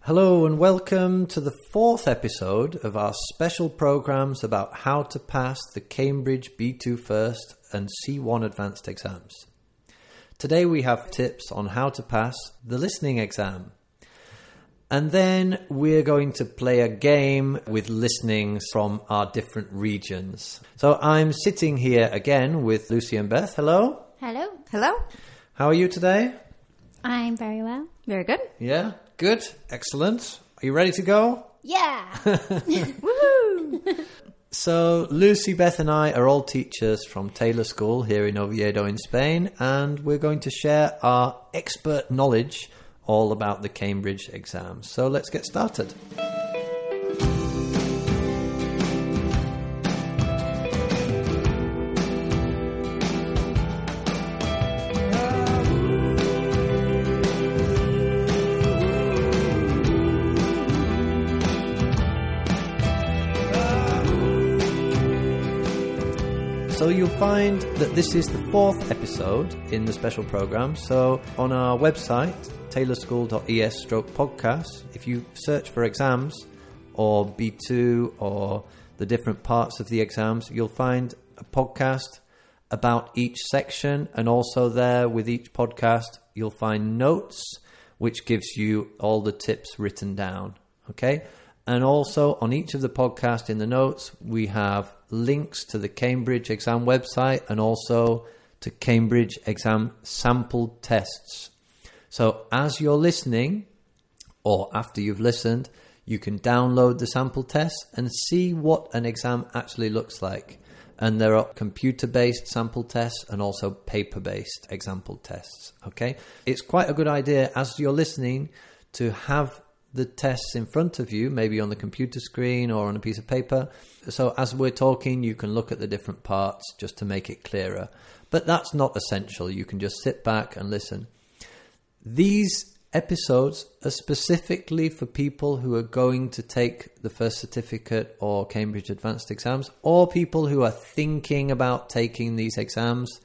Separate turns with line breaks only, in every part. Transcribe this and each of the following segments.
Hello and welcome to the fourth episode of our special programs about how to pass the Cambridge B2 First and C1 Advanced exams. Today we have tips on how to pass the listening exam. And then we're going to play a game with listenings from our different regions. So I'm sitting here again with Lucy and Beth. Hello.
Hello.
Hello.
How are you today?
I'm very well.
Very good.
Yeah, good, excellent. Are you ready to go?
Yeah.
So, Lucy, Beth, and I are all teachers from Taylor School here in Oviedo, in Spain, and we're going to share our expert knowledge all about the Cambridge exams. So, let's get started. So you'll find that this is the fourth episode in the special program. So on our website, taylorschool.es podcast, if you search for exams or B2 or the different parts of the exams, you'll find a podcast about each section. And also there with each podcast, you'll find notes, which gives you all the tips written down. Okay. And also on each of the podcast in the notes, we have links to the Cambridge exam website and also to Cambridge exam sample tests. So as you're listening or after you've listened, you can download the sample tests and see what an exam actually looks like. And there are computer based sample tests and also paper based example tests. Okay. It's quite a good idea as you're listening to have the tests in front of you, maybe on the computer screen or on a piece of paper. So as we're talking, you can look at the different parts just to make it clearer. But that's not essential. You can just sit back and listen. These episodes are specifically for people who are going to take the first certificate or Cambridge Advanced exams, or people who are thinking about taking these exams.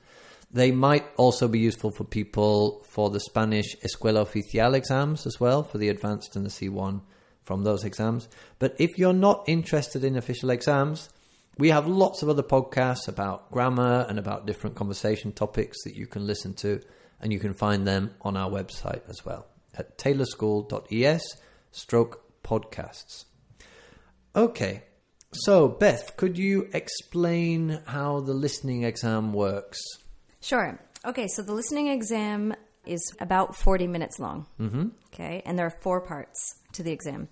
They might also be useful for people for the Spanish Escuela Oficial exams as well, for the advanced and the C1 from those exams. But if you're not interested in official exams, we have lots of other podcasts about grammar and about different conversation topics that you can listen to, and you can find them on our website as well at taylorschool.es stroke podcasts. Okay. So, Beth, could you explain how the listening exam works?
Sure. Okay, so the listening exam is about 40 minutes long. Mm-hmm. Okay, and there are four parts to the exam.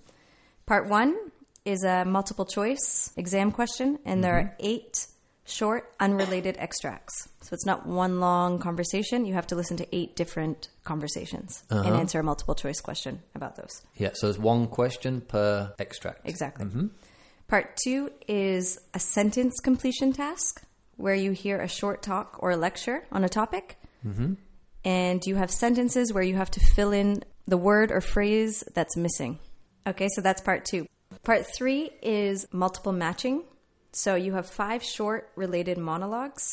Part one is a multiple choice exam question, and there are eight short, unrelated extracts. So it's not one long conversation. You have to listen to eight different conversations and answer a multiple choice question about those.
Yeah, so there's one question per extract.
Exactly. Part two is a sentence completion task where you hear a short talk or a lecture on a topic. And you have sentences where you have to fill in the word or phrase that's missing. Okay, so that's part two. Part three is multiple matching. So you have five short related monologs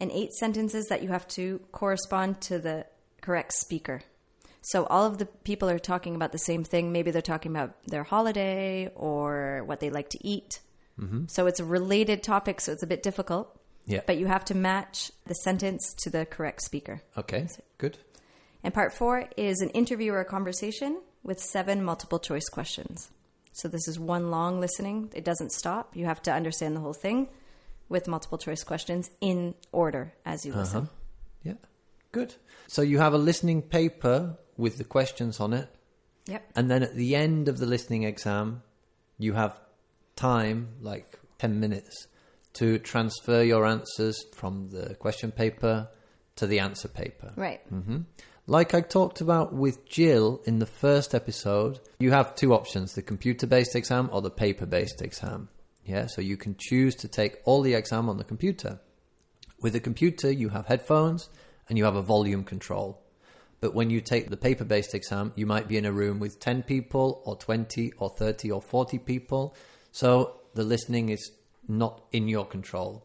and eight sentences that you have to correspond to the correct speaker. So all of the people are talking about the same thing. Maybe they're talking about their holiday or what they like to eat. So it's a related topic, so it's a bit difficult.
Yeah.
But you have to match the sentence to the correct speaker.
okay, good.
And part four is an interview or a conversation with seven multiple choice questions. So this is one long listening. It doesn't stop. You have to understand the whole thing with multiple choice questions in order as you listen.
Yeah, good. So you have a listening paper with the questions on it,
Yep.
and then at the end of the listening exam, you have time, like 10 minutes, to transfer your answers from the question paper to the answer paper. Mm-hmm.
Right.
Like I talked about with Jill in the first episode, you have two options the computer based exam or the paper based exam. Yeah, so you can choose to take all the exam on the computer. With the computer, you have headphones and you have a volume control. But when you take the paper based exam, you might be in a room with 10 people or 20 or 30 or 40 people. So the listening is not in your control.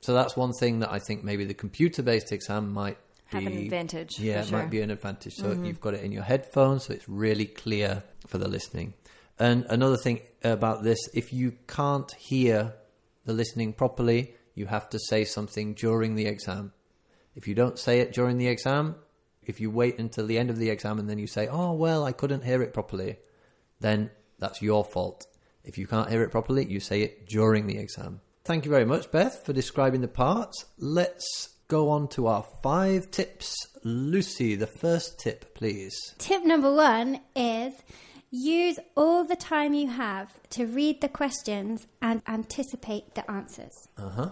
So that's one thing that I think maybe the computer based exam might
Have an
be-
advantage,
Yeah, it
for
might
sure. Mm-hmm.
be an advantage. So you've got it in your headphones, so it's really clear for the listening. And another thing about this, if you can't hear the listening properly, you have to say something during the exam. If you don't say it during the exam, if you wait until the end of the exam and then you say, oh, well, I couldn't hear it properly, then that's your fault. If you can't hear it properly, you say it during the exam. Thank you very much, Beth, for describing the parts. Let's go on to our five tips. Lucy, the first tip, please.
Tip number one is use all the time you have to read the questions and anticipate the answers.
Uh huh.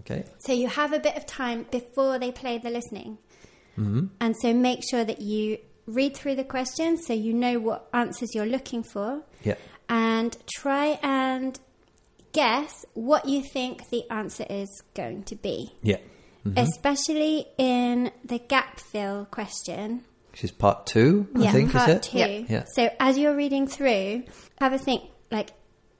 Okay.
So you have a bit of time before they play the listening. And so make sure that you read through the questions so you know what answers you're looking for.
Yeah.
And try and guess what you think the answer is going to be,
Yeah. Mm-hmm.
especially in the gap fill question.
Which is part two, I
yeah,
think,
part
is it?
two.
Yeah. Yeah.
So as you're reading through, have a think like,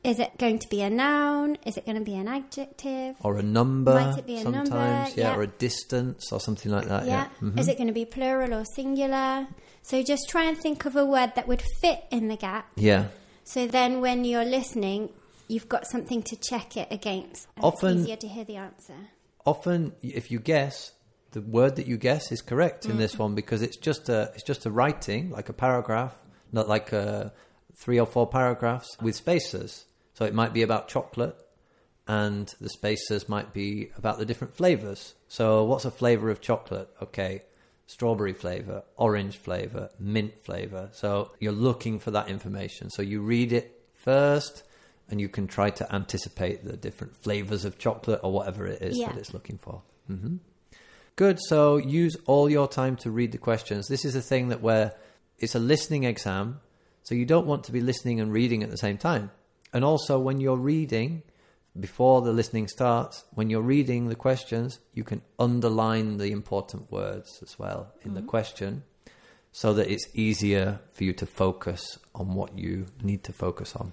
is it going to be a noun? Is it going to be an adjective?
Or a number
Might it be a number?
sometimes. yeah.
Yeah.
Or a distance or something like that.
yeah.
Yeah. Mhm.
Is it going to be plural or singular? So just try and think of a word that would fit in the gap.
Yeah.
So then when you're listening, you've got something to check it against. and
Often-
it's easier to hear the answer.
often if you guess the word that you guess is correct in this one because it's just a it's just a writing like a paragraph not like a three or four paragraphs with spaces so it might be about chocolate and the spaces might be about the different flavors so what's a flavor of chocolate okay strawberry flavor orange flavor mint flavor so you're looking for that information so you read it first and you can try to anticipate the different flavors of chocolate or whatever it is
Yeah.
that it's looking for. hmm Good. So use all your time to read the questions. This is a thing that where it's a listening exam, so you don't want to be listening and reading at the same time. And also, when you're reading, before the listening starts, when you're reading the questions, you can underline the important words as well in
Mm-hmm.
the question so that it's easier for you to focus on what you need to focus on.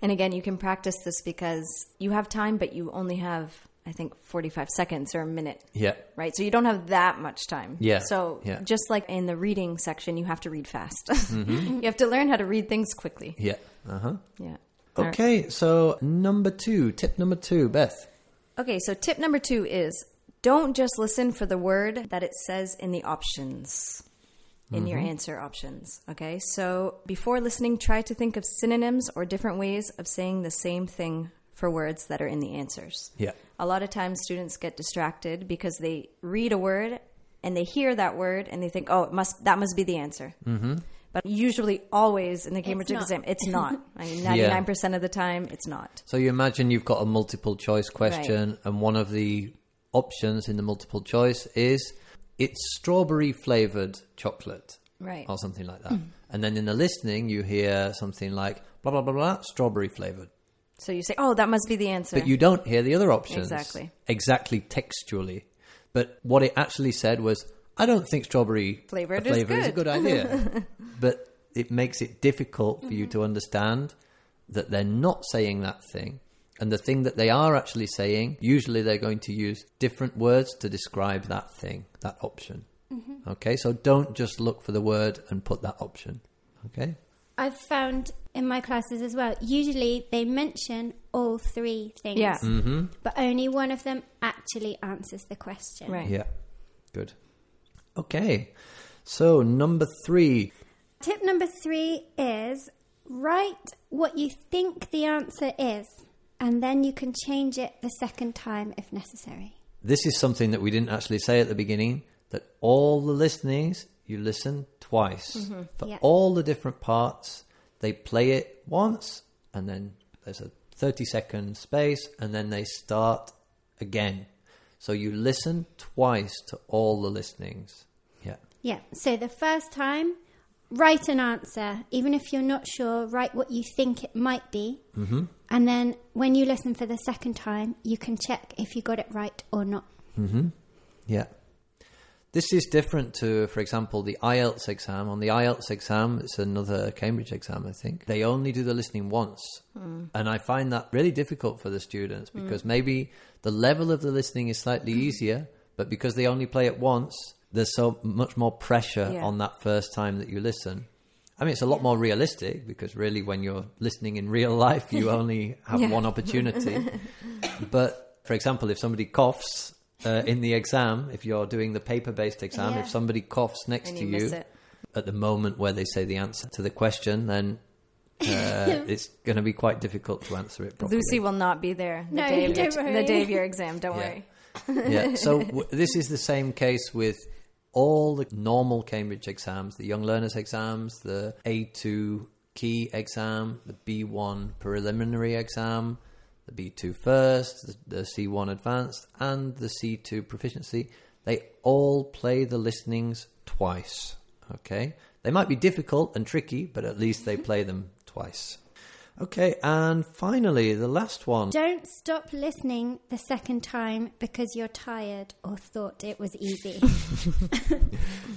And again, you can practice this because you have time, but you only have, I think, 45 seconds or a minute,
Yeah.
right? So you don't have that much time.
Yeah,
So
yeah.
just like in the reading section, you have to read fast. you have to learn how to read things quickly.
Yeah. Uh huh.
Yeah. All right.
Okay. So number two, tip number two, Beth.
Okay, so tip number two is don't just listen for the word that it says in the options, in your answer options. Okay, so before listening, try to think of synonyms or different ways of saying the same thing for words that are in the answers.
Yeah.
A lot of times students get distracted because they read a word and they hear that word and they think, oh, it must that must be the answer. Mm-hmm. But usually, always in the Cambridge
not.
exam, it's not. I mean, 99% of the time, it's not.
So you imagine you've got a multiple choice question, and one of the options in the multiple choice is it's strawberry flavored chocolate
Right.
or something like that. And then in the listening, you hear something like blah blah blah blah strawberry flavored,
So you say, oh, that must be the answer.
but you don't hear the other options
Exactly.
exactly textually. But what it actually said was, I don't think strawberry
Flavored is
flavor is a
good."
good idea. but it makes it difficult for
Mm-hmm.
you to understand that they're not saying that thing. And the thing that they are actually saying, usually they're going to use different words to describe that thing, that option.
Mm-hmm.
Okay, so don't just look for the word and put that option. Okay?
I've found in my classes as well, usually they mention all three things.
Yeah.
But only one of them actually answers the question.
Right.
Yeah, good. Okay, so number three.
Tip number three is write what you think the answer is, and then you can change it the second time if necessary.
this is something that we didn't actually say at the beginning that all the listenings you listen twice for
Yeah.
all the different parts they play it once and then there's a 30 second space and then they start again so you listen twice to all the listenings yeah
Yeah. So the first time, write an answer. Even if you're not sure, write what you think it might be. Mm-hmm. And then when you listen for the second time, you can check if you got it right or not.
Yeah. This is different to, for example, the IELTS exam. On the IELTS exam, it's another Cambridge exam, I think. They only do the listening once. And I find that really difficult for the students because maybe the level of the listening is slightly easier, but because they only play it once, there's so much more pressure
Yeah.
on that first time that you listen. I mean, it's a lot more realistic because really, when you're listening in real life, you only have
Yeah.
one opportunity. but for example, if somebody coughs uh, in the exam, if you're doing the paper based exam,
Yeah.
if somebody coughs next
and
to
you
you
miss it.
at the moment where they say the answer to the question, then uh, it's going to be quite difficult to answer it properly.
Lucy will not be there the,
No,
day, of your,
don't worry.
the day of your exam. Don't
Yeah.
worry.
yeah. So w- this is the same case with all the normal Cambridge exams, the Young Learners exams, the A2 key exam, the B1 preliminary exam, the B2 first, the, the C1 advanced, and the C2 proficiency. They all play the listenings twice. Okay. They might be difficult and tricky, but at least they play them twice. Okay, and finally, the last one.
Don't stop listening the second time because you're tired or thought it was easy.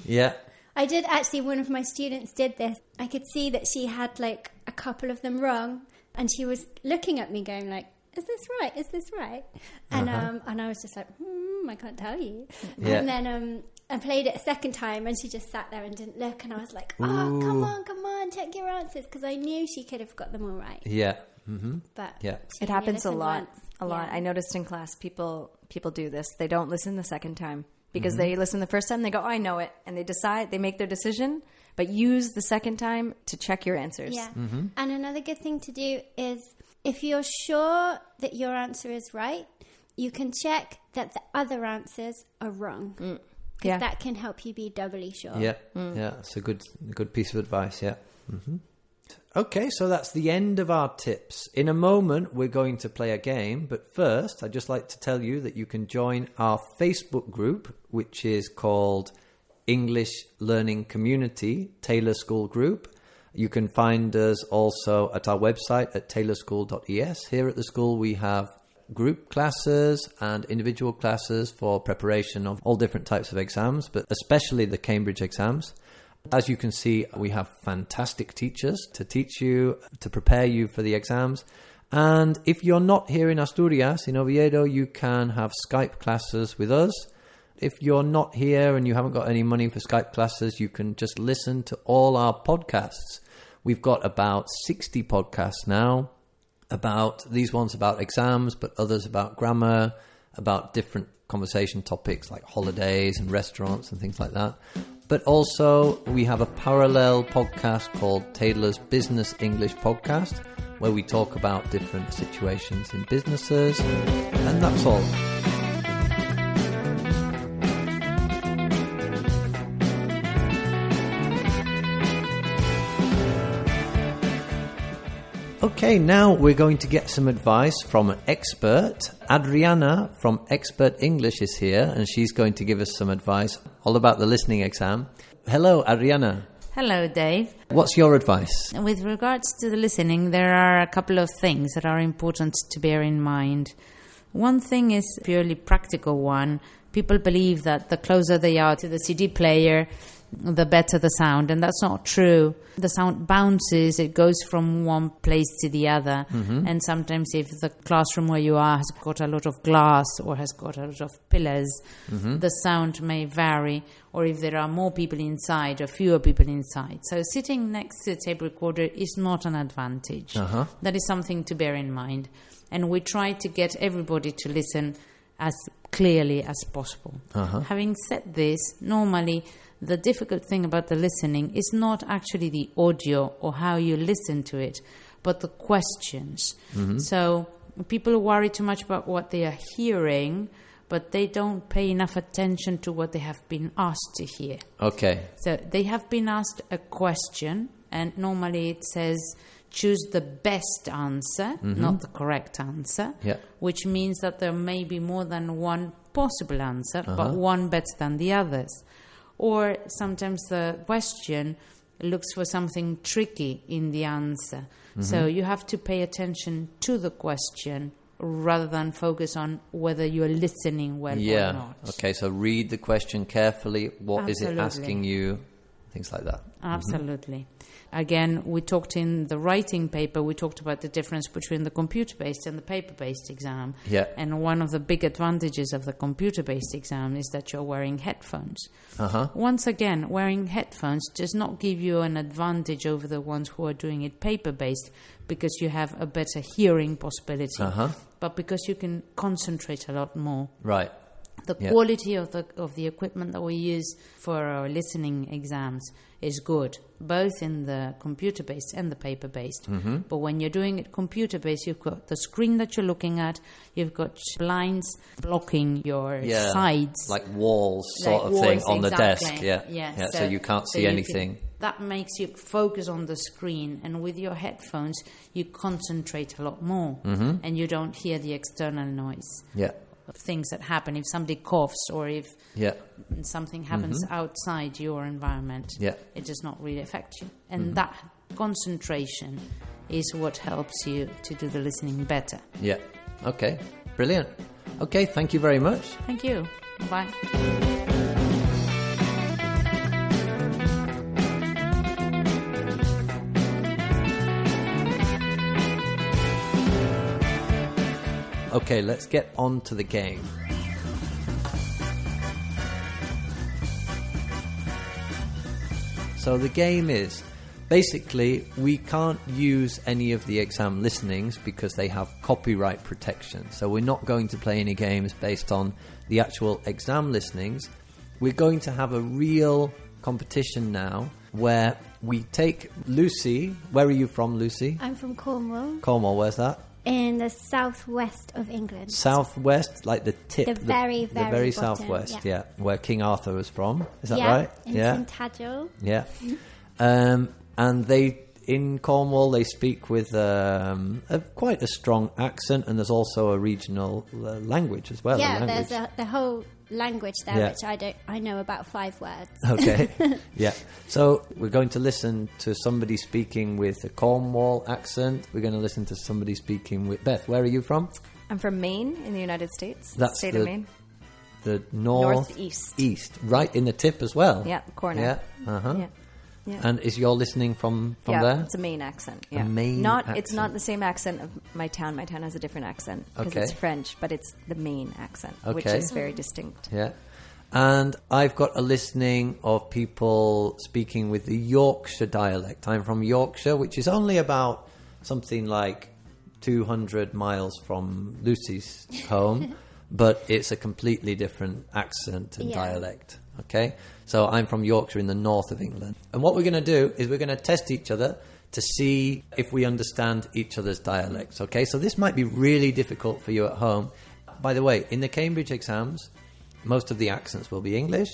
Yeah,
I did actually, one of my students did this. I could see that she had like a couple of them wrong and she was looking at me going like, is this right? Is this right? And um, and I was just like, hmm, I can't tell you.
Uh-huh. Yeah.
And then um, I played it a second time and she just sat there and didn't look. And I was like, oh, come
Ooh.
on, come on, check your answers. Because I knew she could have got them all right.
yeah. hmm
But
Yeah.
she
It
only
happens a
listened
lot.
once.
A lot.
Yeah.
I noticed in class people people do this. They don't listen the second time because
Mm-hmm.
they listen the first time, they go, oh, I know it. And they decide, they make their decision, but use the second time to check your answers.
Yeah.
Mm-hmm.
And another good thing to do is if you're sure that your answer is right, you can check that the other answers are wrong. Because
Yeah.
that can help you be doubly sure.
Yeah, yeah, it's a good, a good piece of advice. Yeah. hmm Okay, so that's the end of our tips. In a moment, we're going to play a game, but first, I'd just like to tell you that you can join our Facebook group, which is called English Learning Community Taylor School Group. You can find us also at our website at taylorschool.es. Here at the school, we have group classes and individual classes for preparation of all different types of exams, but especially the Cambridge exams. As you can see, we have fantastic teachers to teach you, to prepare you for the exams. And if you're not here in Asturias, in Oviedo, you can have Skype classes with us. If you're not here and you haven't got any money for Skype classes, you can just listen to all our podcasts. We've got about 60 podcasts now about these ones about exams, but others about grammar, about different conversation topics like holidays and restaurants and things like that. But also, we have a parallel podcast called Taylor's Business English Podcast, where we talk about different situations in businesses. And that's all. Okay, now we're going to get some advice from an expert. Adriana from Expert English is here, and she's going to give us some advice all about the listening exam. Hello, Adriana.
Hello, Dave.
What's your advice?
With regards to the listening, there are a couple of things that are important to bear in mind. One thing is purely practical one. People believe that the closer they are to the CD player, the better the sound, and that's not true. The sound bounces, it goes from one place to the other, and sometimes if the classroom where you are has got a lot of glass or has got a lot of pillars, the sound may vary, or if there are more people inside or fewer people inside. So sitting next to a tape recorder is not an advantage.
Uh-huh.
That is something to bear in mind. And we try to get everybody to listen as clearly as possible. Having said this, normally the difficult thing about the listening is not actually the audio or how you listen to it, but the questions. So people worry too much about what they are hearing, but they don't pay enough attention to what they have been asked to hear.
Okay.
So they have been asked a question, and normally it says choose the best answer, not the correct answer.
Mm-hmm. Yeah.
Which means that there may be more than one possible answer,
Uh-huh.
but one better than the others. Or sometimes the question looks for something tricky in the answer.
Mm-hmm.
So you have to pay attention to the question rather than focus on whether you're listening well or
Yeah.
not.
Okay, so read the question carefully. What is it
Absolutely.
asking you? things like that.
Absolutely. Again, we talked in the writing paper, we talked about the difference between the computer based and the paper based exam.
Yeah.
And one of the big advantages of the computer based exam is that you're wearing headphones.
Uh huh.
Once again, wearing headphones does not give you an advantage over the ones who are doing it paper based because you have a better hearing possibility,
Uh-huh.
but because you can concentrate a lot more
Right.
the
Yeah.
quality of the of the equipment that we use for our listening exams is good, both in the computer based and the paper based.
Mm-hmm.
But when you're doing it computer based, you've got the screen that you're looking at, you've got blinds blocking your
Yeah.
sides,
Like walls, sort
like
of thing,
walls,
on the
exactly.
desk. Yeah.
yeah.
So, you can't
so
see
you can-
anything.
that makes you focus on the screen, and with your headphones, you concentrate a lot more,
Mm-hmm.
and you don't hear the external noise
Yeah.
of things that happen if somebody coughs or if
Yeah.
something happens outside your environment
Yeah.
it does not really affect you and that concentration is what helps you to do the listening better
Yeah. Okay. Brilliant. Okay. Thank you very much.
thank you bye
Okay. Let's get on to the game. So the game is basically we can't use any of the exam listenings because they have copyright protection. So we're not going to play any games based on the actual exam listenings. We're going to have a real competition now where we take Lucy. Where are you from, Lucy?
I'm from Cornwall,
Cornwall, where's that?
in the southwest of England.
Southwest, like the tip,
The very,
the
very
very
bottom,
southwest,
yeah.
yeah. where King Arthur was from. Is that
yeah,
right?
in Mm-hmm.
yeah,
Tintagel.
Yeah. Um, and they in Cornwall they speak with um, a, quite a strong accent, and there's also a regional uh, language as well. a
yeah,
language.
there's a, the whole language there,
Yeah.
which I don't. I know about five words.
Okay. yeah. So we're going to listen to somebody speaking with a Cornwall accent. We're going to listen to somebody speaking with Beth. Where are you from?
I'm from Maine in the United States.
That's
state
the-
of Maine.
The north
Northeast.
east, right in the tip as well.
Yeah, corner.
Yeah. Uh huh.
Yeah. Yeah.
And is your listening from from
yeah,
there?
it's a Maine accent. Yeah.
Maine
not it's
accent.
not the same accent of my town. My town has a different accent because
Okay.
it's French, but it's the Maine accent, which
Okay.
is very distinct.
Yeah. And I've got a listening of people speaking with the Yorkshire dialect. I'm from Yorkshire, which is only about something like 200 miles from Lucy's home, but it's a completely different accent and
Yeah.
dialect. Okay? So I'm from Yorkshire in the north of England. And what we're going to do is we're going to test each other to see if we understand each other's dialects. Okay? So this might be really difficult for you at home. By the way, in the Cambridge exams, most of the accents will be English.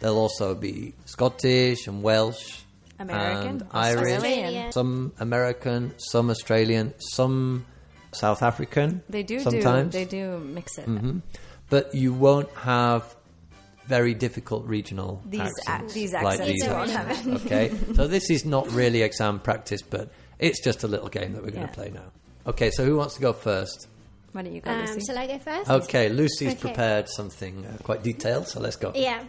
There'll also be Scottish and Welsh,
American,
and Irish,
Australian.
some American, some Australian, some South African.
They do
sometimes, Mm-hmm.
do they do mix it.
but you won't have very difficult regional
These ac-
accents.
these
like
accents
these
you won't
accents, okay, so this is not really exam practice, but it's just a little game that we're going
Yeah.
to play now. Okay, so who wants to go first?
Why don't you go,
Um,
Lucy?
shall I go first?
Okay, Lucy's
Okay.
prepared something uh, quite detailed, so let's go.
Yeah.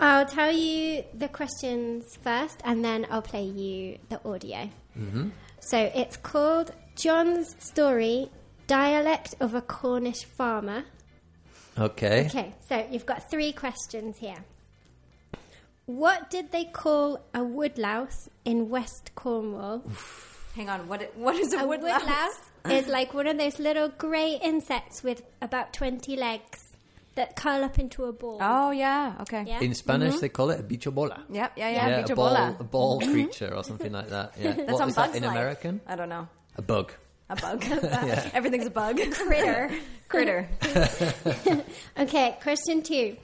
I'll tell you the questions first and then I'll play you the audio. Mm-hmm. So it's called John's Story Dialect of a Cornish Farmer.
Eh.
Okay.
Okay, so you've got three questions here. What did they call a woodlouse in West Cornwall?
Hang on. What what is a,
A
woodlouse?
woodlouse is like one of those little grey insects with about 20 legs that curl up into a ball.
Oh yeah. Okay.
Yeah.
In Spanish, they call it a bicho bola.
Yep, Mm-hmm. yeah, yeah,
a
bicho
ball,
bola. Mm-hmm.
a ball creature or something like that. Yeah.
That's
What
on
is
Bugs
that in
Life.
American?
I don't know.
A bug.
A bug. Everything's a bug. Critter. Critter.
Okay, question two.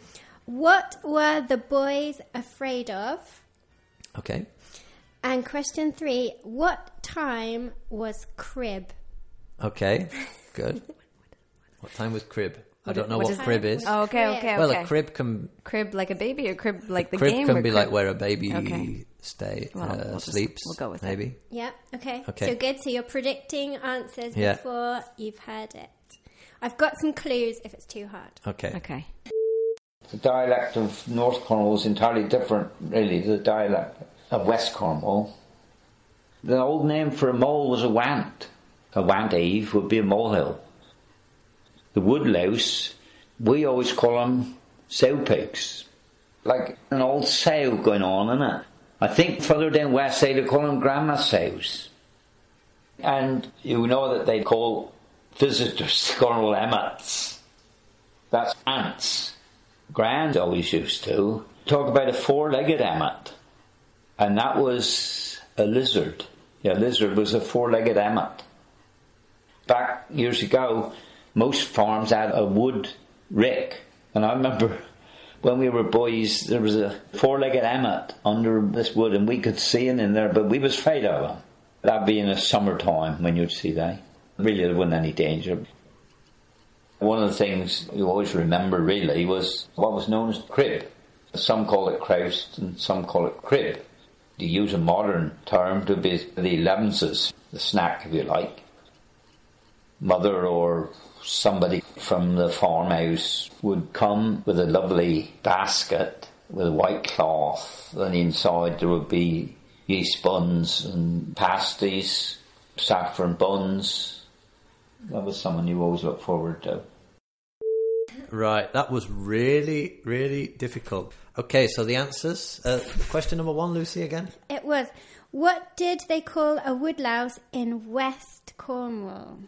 What were the boys afraid of?
Okay.
And question three, what time was crib?
Okay. Good. what time was crib? I don't know
what
what,
is-
crib is.
Oh, okay, okay, okay.
Well, a crib can
Crib like a baby or crib like the
crib
game?
can
or
be
crib-
like where a baby
Okay.
stay
Well,
uh,
we'll just-
sleeps.
we'll go with it.
maybe.
Yeah, okay.
Okay.
So good. So you're predicting answers
Yeah.
before you've heard it. I've got some clues if it's too hard.
Okay.
Okay.
The dialect of North Cornwall is entirely different, really, to the dialect of West Cornwall. The old name for a mole was a want. A want eve would be a molehill. The woodlouse, we always call them sow pigs. Like an old sow going on, isn't it? I think further down west they call them grandma sows. And you know that they call visitors Cornwall emmets. That's ants. Grand always used to talk about a four-legged emmet, and that was a lizard. Yeah, a lizard was a four-legged emmet. Back years ago, most farms had a wood rick, and I remember when we were boys, there was a four-legged emmet under this wood, and we could see him in there, but we was afraid of him. That'd be in the summertime when you'd see that. Really, there wasn't any danger. One of the things you always remember really was what was known as the crib. Some call it Kraus and some call it crib. To use a modern term, to be the elevenses, the snack if you like. Mother or somebody from the farmhouse would come with a lovely basket with a white cloth, and inside there would be yeast buns and pasties, saffron buns, that was someone you always look forward to.
Right, that was really, really difficult. Okay, so the answers. Uh, question number one, Lucy, again.
It was. What did they call a woodlouse in West Cornwall?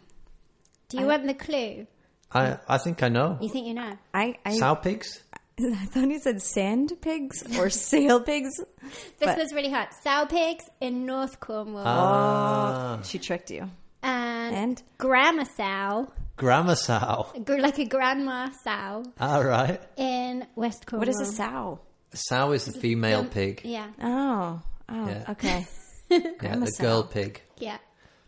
Do you want the clue?
I, I think I know.
You think you know?
I I,
Sow pigs?
I thought he said sand pigs or sail pigs.
This
But-
was really hard. Sow pigs in North Cornwall.
Ah,
Oh, She tricked you.
and,
And?
grandma sow,
grammar sow.
gr- like a grandma sow
All right.
in West Cornwall.
What is a sow?
Sow is the female pig.
Yeah,
Oh, oh,
Yeah.
okay.
Yeah, the girl pig.
yeah.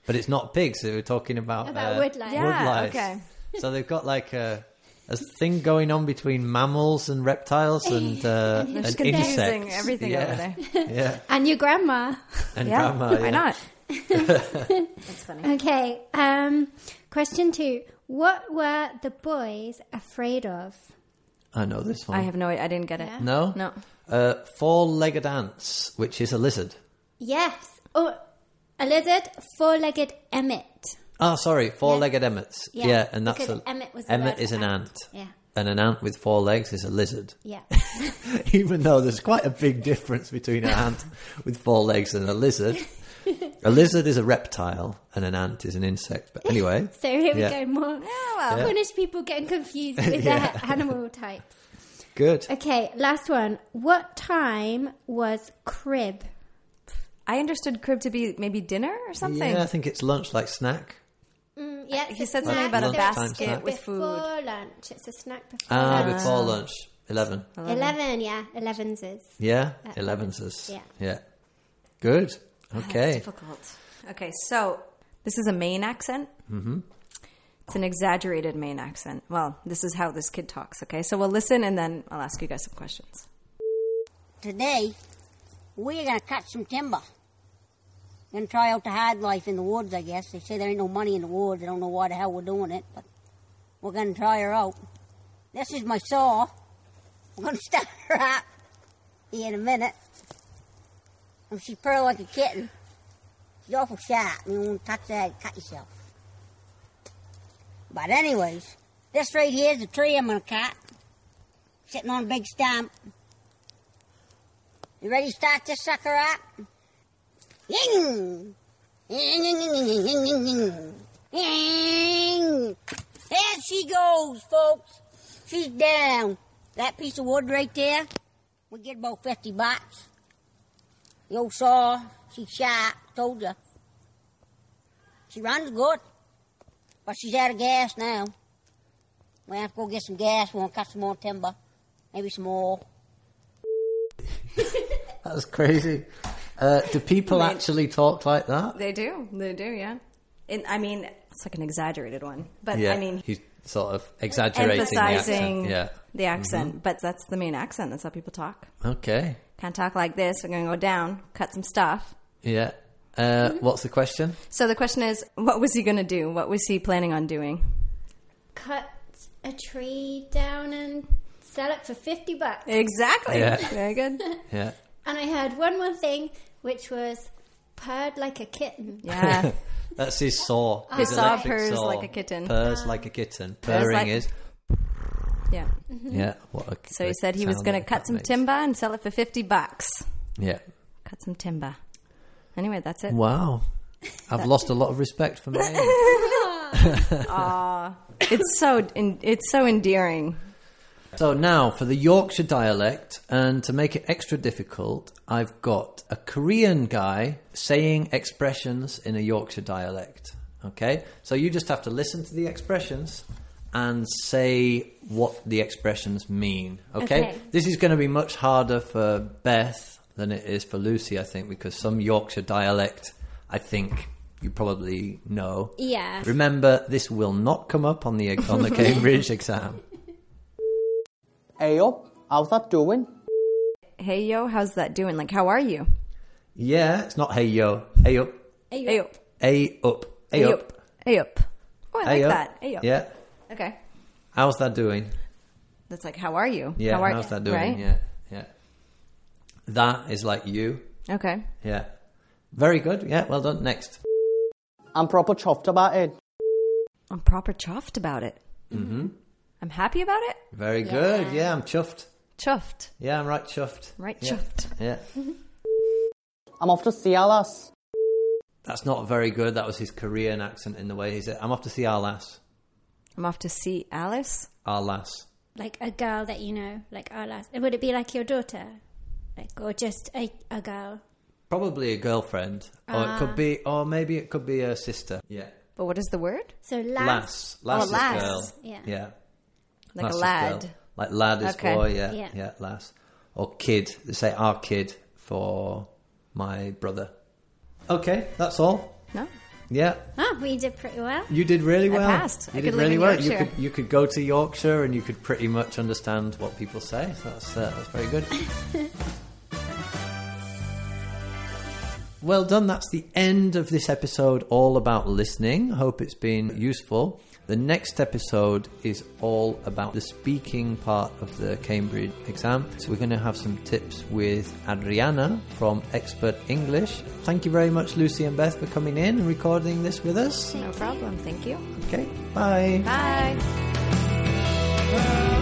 But it's not pig, so we're talking about,
About
uh,
woodlice. Yeah,
woodlice.
okay.
so they've got like a, a thing going on between mammals and reptiles and, uh, and
Just
insects.
confusing everything
yeah.
over there.
Yeah,
And your grandma.
and
Yeah,
grammar.
why
yeah.
not?
Okay. Um, question two. What were the boys afraid of?
I know this one.
I have no. I didn't get it.
Yeah.
no,
No.
Uh, four-legged ants, which is a lizard.
Yes. Oh, a lizard, four-legged emmet.
Oh, sorry, four-legged emmets.
Yeah,
Yeah, and that's
because
a,
emmet was the
emmet
word
is
for
an
ant.
ant.
Yeah.
and an ant with four legs is a lizard.
Yeah.
Even though there's quite a big difference between an ant with four legs and a lizard. A lizard is a reptile, and an ant is an insect. But anyway,
So here
Yeah.
we go more.
Yeah.
Punish people getting confused with their animal types.
good.
Okay, last one. What time was crib?
I understood crib to be maybe dinner or something.
Yeah, I think it's lunch like snack.
Mm, yeah,
Uh, He
it's
said something
snack
about a
Lunchtime
basket
snack.
with food. Uh,
Before lunch, it's a snack before
Ah,
lunch.
before lunch, eleven.
Eleven, yeah, elevens is.
Yeah, eleven's us.
Yeah.
yeah. Good. Okay.
Oh, Difficult. Okay, so this is a Maine accent. Mm-hmm. It's an exaggerated Maine accent. Well, this is how this kid talks. Okay, so we'll listen and then I'll ask you guys some questions.
Today, we're going to cut some timber. Going to try out the hard life in the woods, I guess. They say there ain't no money in the woods. I don't know why the hell we're doing it, but we're going to try her out. This is my saw. We're going to start her up here in a minute. And she's purr like a kitten. She's awful sharp. You won't touch that, cut yourself. But anyways, this right here is a tree I'm going to cut. Sitting on a big stump. You ready to start this sucker up? Ying! Ying, ying, ying, ying, ying, ying, ying, ying. There she goes, folks. She's down. That piece of wood right there, we get about 50 bucks. The old saw, she's sharp, told ya. She runs good, but she's out of gas now. We have to go get some gas. We're going to cut some more timber, maybe some more.
That was crazy. Uh, do people actually talk like that?
They do. They do. Yeah. And I mean, it's like an exaggerated one, but
Yeah,
I mean,
he's sort of exaggerating the
emphasizing
accent. Yeah. Mm-hmm.
the accent. But that's the Maine accent. That's how people talk.
Okay.
Can't talk like this. We're gonna go down, cut some stuff.
Yeah. Uh,
Mm-hmm.
What's the question?
So the question is, what was he gonna do? What was he planning on doing?
Cut a tree down and Sell it for 50 bucks.
Exactly.
Yeah.
Very good.
Yeah.
And I heard one more thing, which was purred like a kitten.
Yeah.
That's his saw. His
His saw
electric
purrs
saw.
like a kitten.
Purrs like a kitten.
Purrs
Purring
like-
is.
Yeah.
Yeah. What a
So he
great
said he was
sound
going
that
to cut some
makes.
timber and sell it for 50 bucks.
Yeah.
Cut some timber. Anyway, that's it.
Wow. I've lost a lot of respect for me.
It's so in, it's so endearing.
so now for the Yorkshire dialect, and to make it extra difficult, I've got a Korean guy saying expressions in a Yorkshire dialect. Okay, so you just have to listen to the expressions and say what the expressions mean. Okay,
Okay.
this is going to be much harder for Beth than it is for Lucy, I think, because some Yorkshire dialect, I think you probably know.
Yeah.
Remember, this will not come up on the on the Cambridge exam.
Hey yo, how's that doing?
Hey yo, how's that doing? Like, how are you?
Yeah, it's not hey yo, hey up,
Hey up.
hey up, hey,
Hey
up,
up. Hey up. Oh, I
hey
like
up.
that. Hey up.
Yeah,
Okay.
how's that doing?
That's like, how are you?
Yeah,
how are
how's
you?
that doing?
Right?
Yeah, yeah. That is like you.
Okay.
Yeah, very good. Yeah, well done. Next.
I'm proper chuffed about it.
I'm proper chuffed about it. Mm-hmm. I'm happy about it.
Very good. Yeah, I'm chuffed.
Chuffed.
Yeah, I'm right chuffed.
Right
Yeah.
chuffed.
Yeah.
I'm off to see Alice.
That's not very good. That was his Korean accent in the way he said, I'm off to see our lass.
I'm off to see Alice.
Our lass.
Like a girl that you know, like our last. Would it be like your daughter? Like, or just a, a girl?
Probably a girlfriend. Or it
Ah.
could be, or maybe it could be a sister. Yeah.
But what is the word?
So last.
Lass. Lass
Oh,
is
lass.
girl.
Yeah.
Yeah.
Like
Lass
a
is
lad.
girl. Like lad is
Okay.
boy. Yeah. yeah.
Yeah.
Lass. Or kid. They say our kid for my brother. Okay. That's all.
No.
Yeah.
Oh, we did pretty well.
You did really well.
passed.
You
I
did
could live
really
in
well. You
Yorkshire.
could you could go to Yorkshire and you could pretty much understand what people say. So that's uh, that's very good. well done. That's the end of this episode all about listening. Hope it's been useful. The next episode is all about the speaking part of the Cambridge exam. So we're going to have some tips with Adriana from Expert English. Thank you very much, Lucy and Beth, for coming in and recording this with us.
No problem. Thank you.
Okay, bye.
Bye.
bye.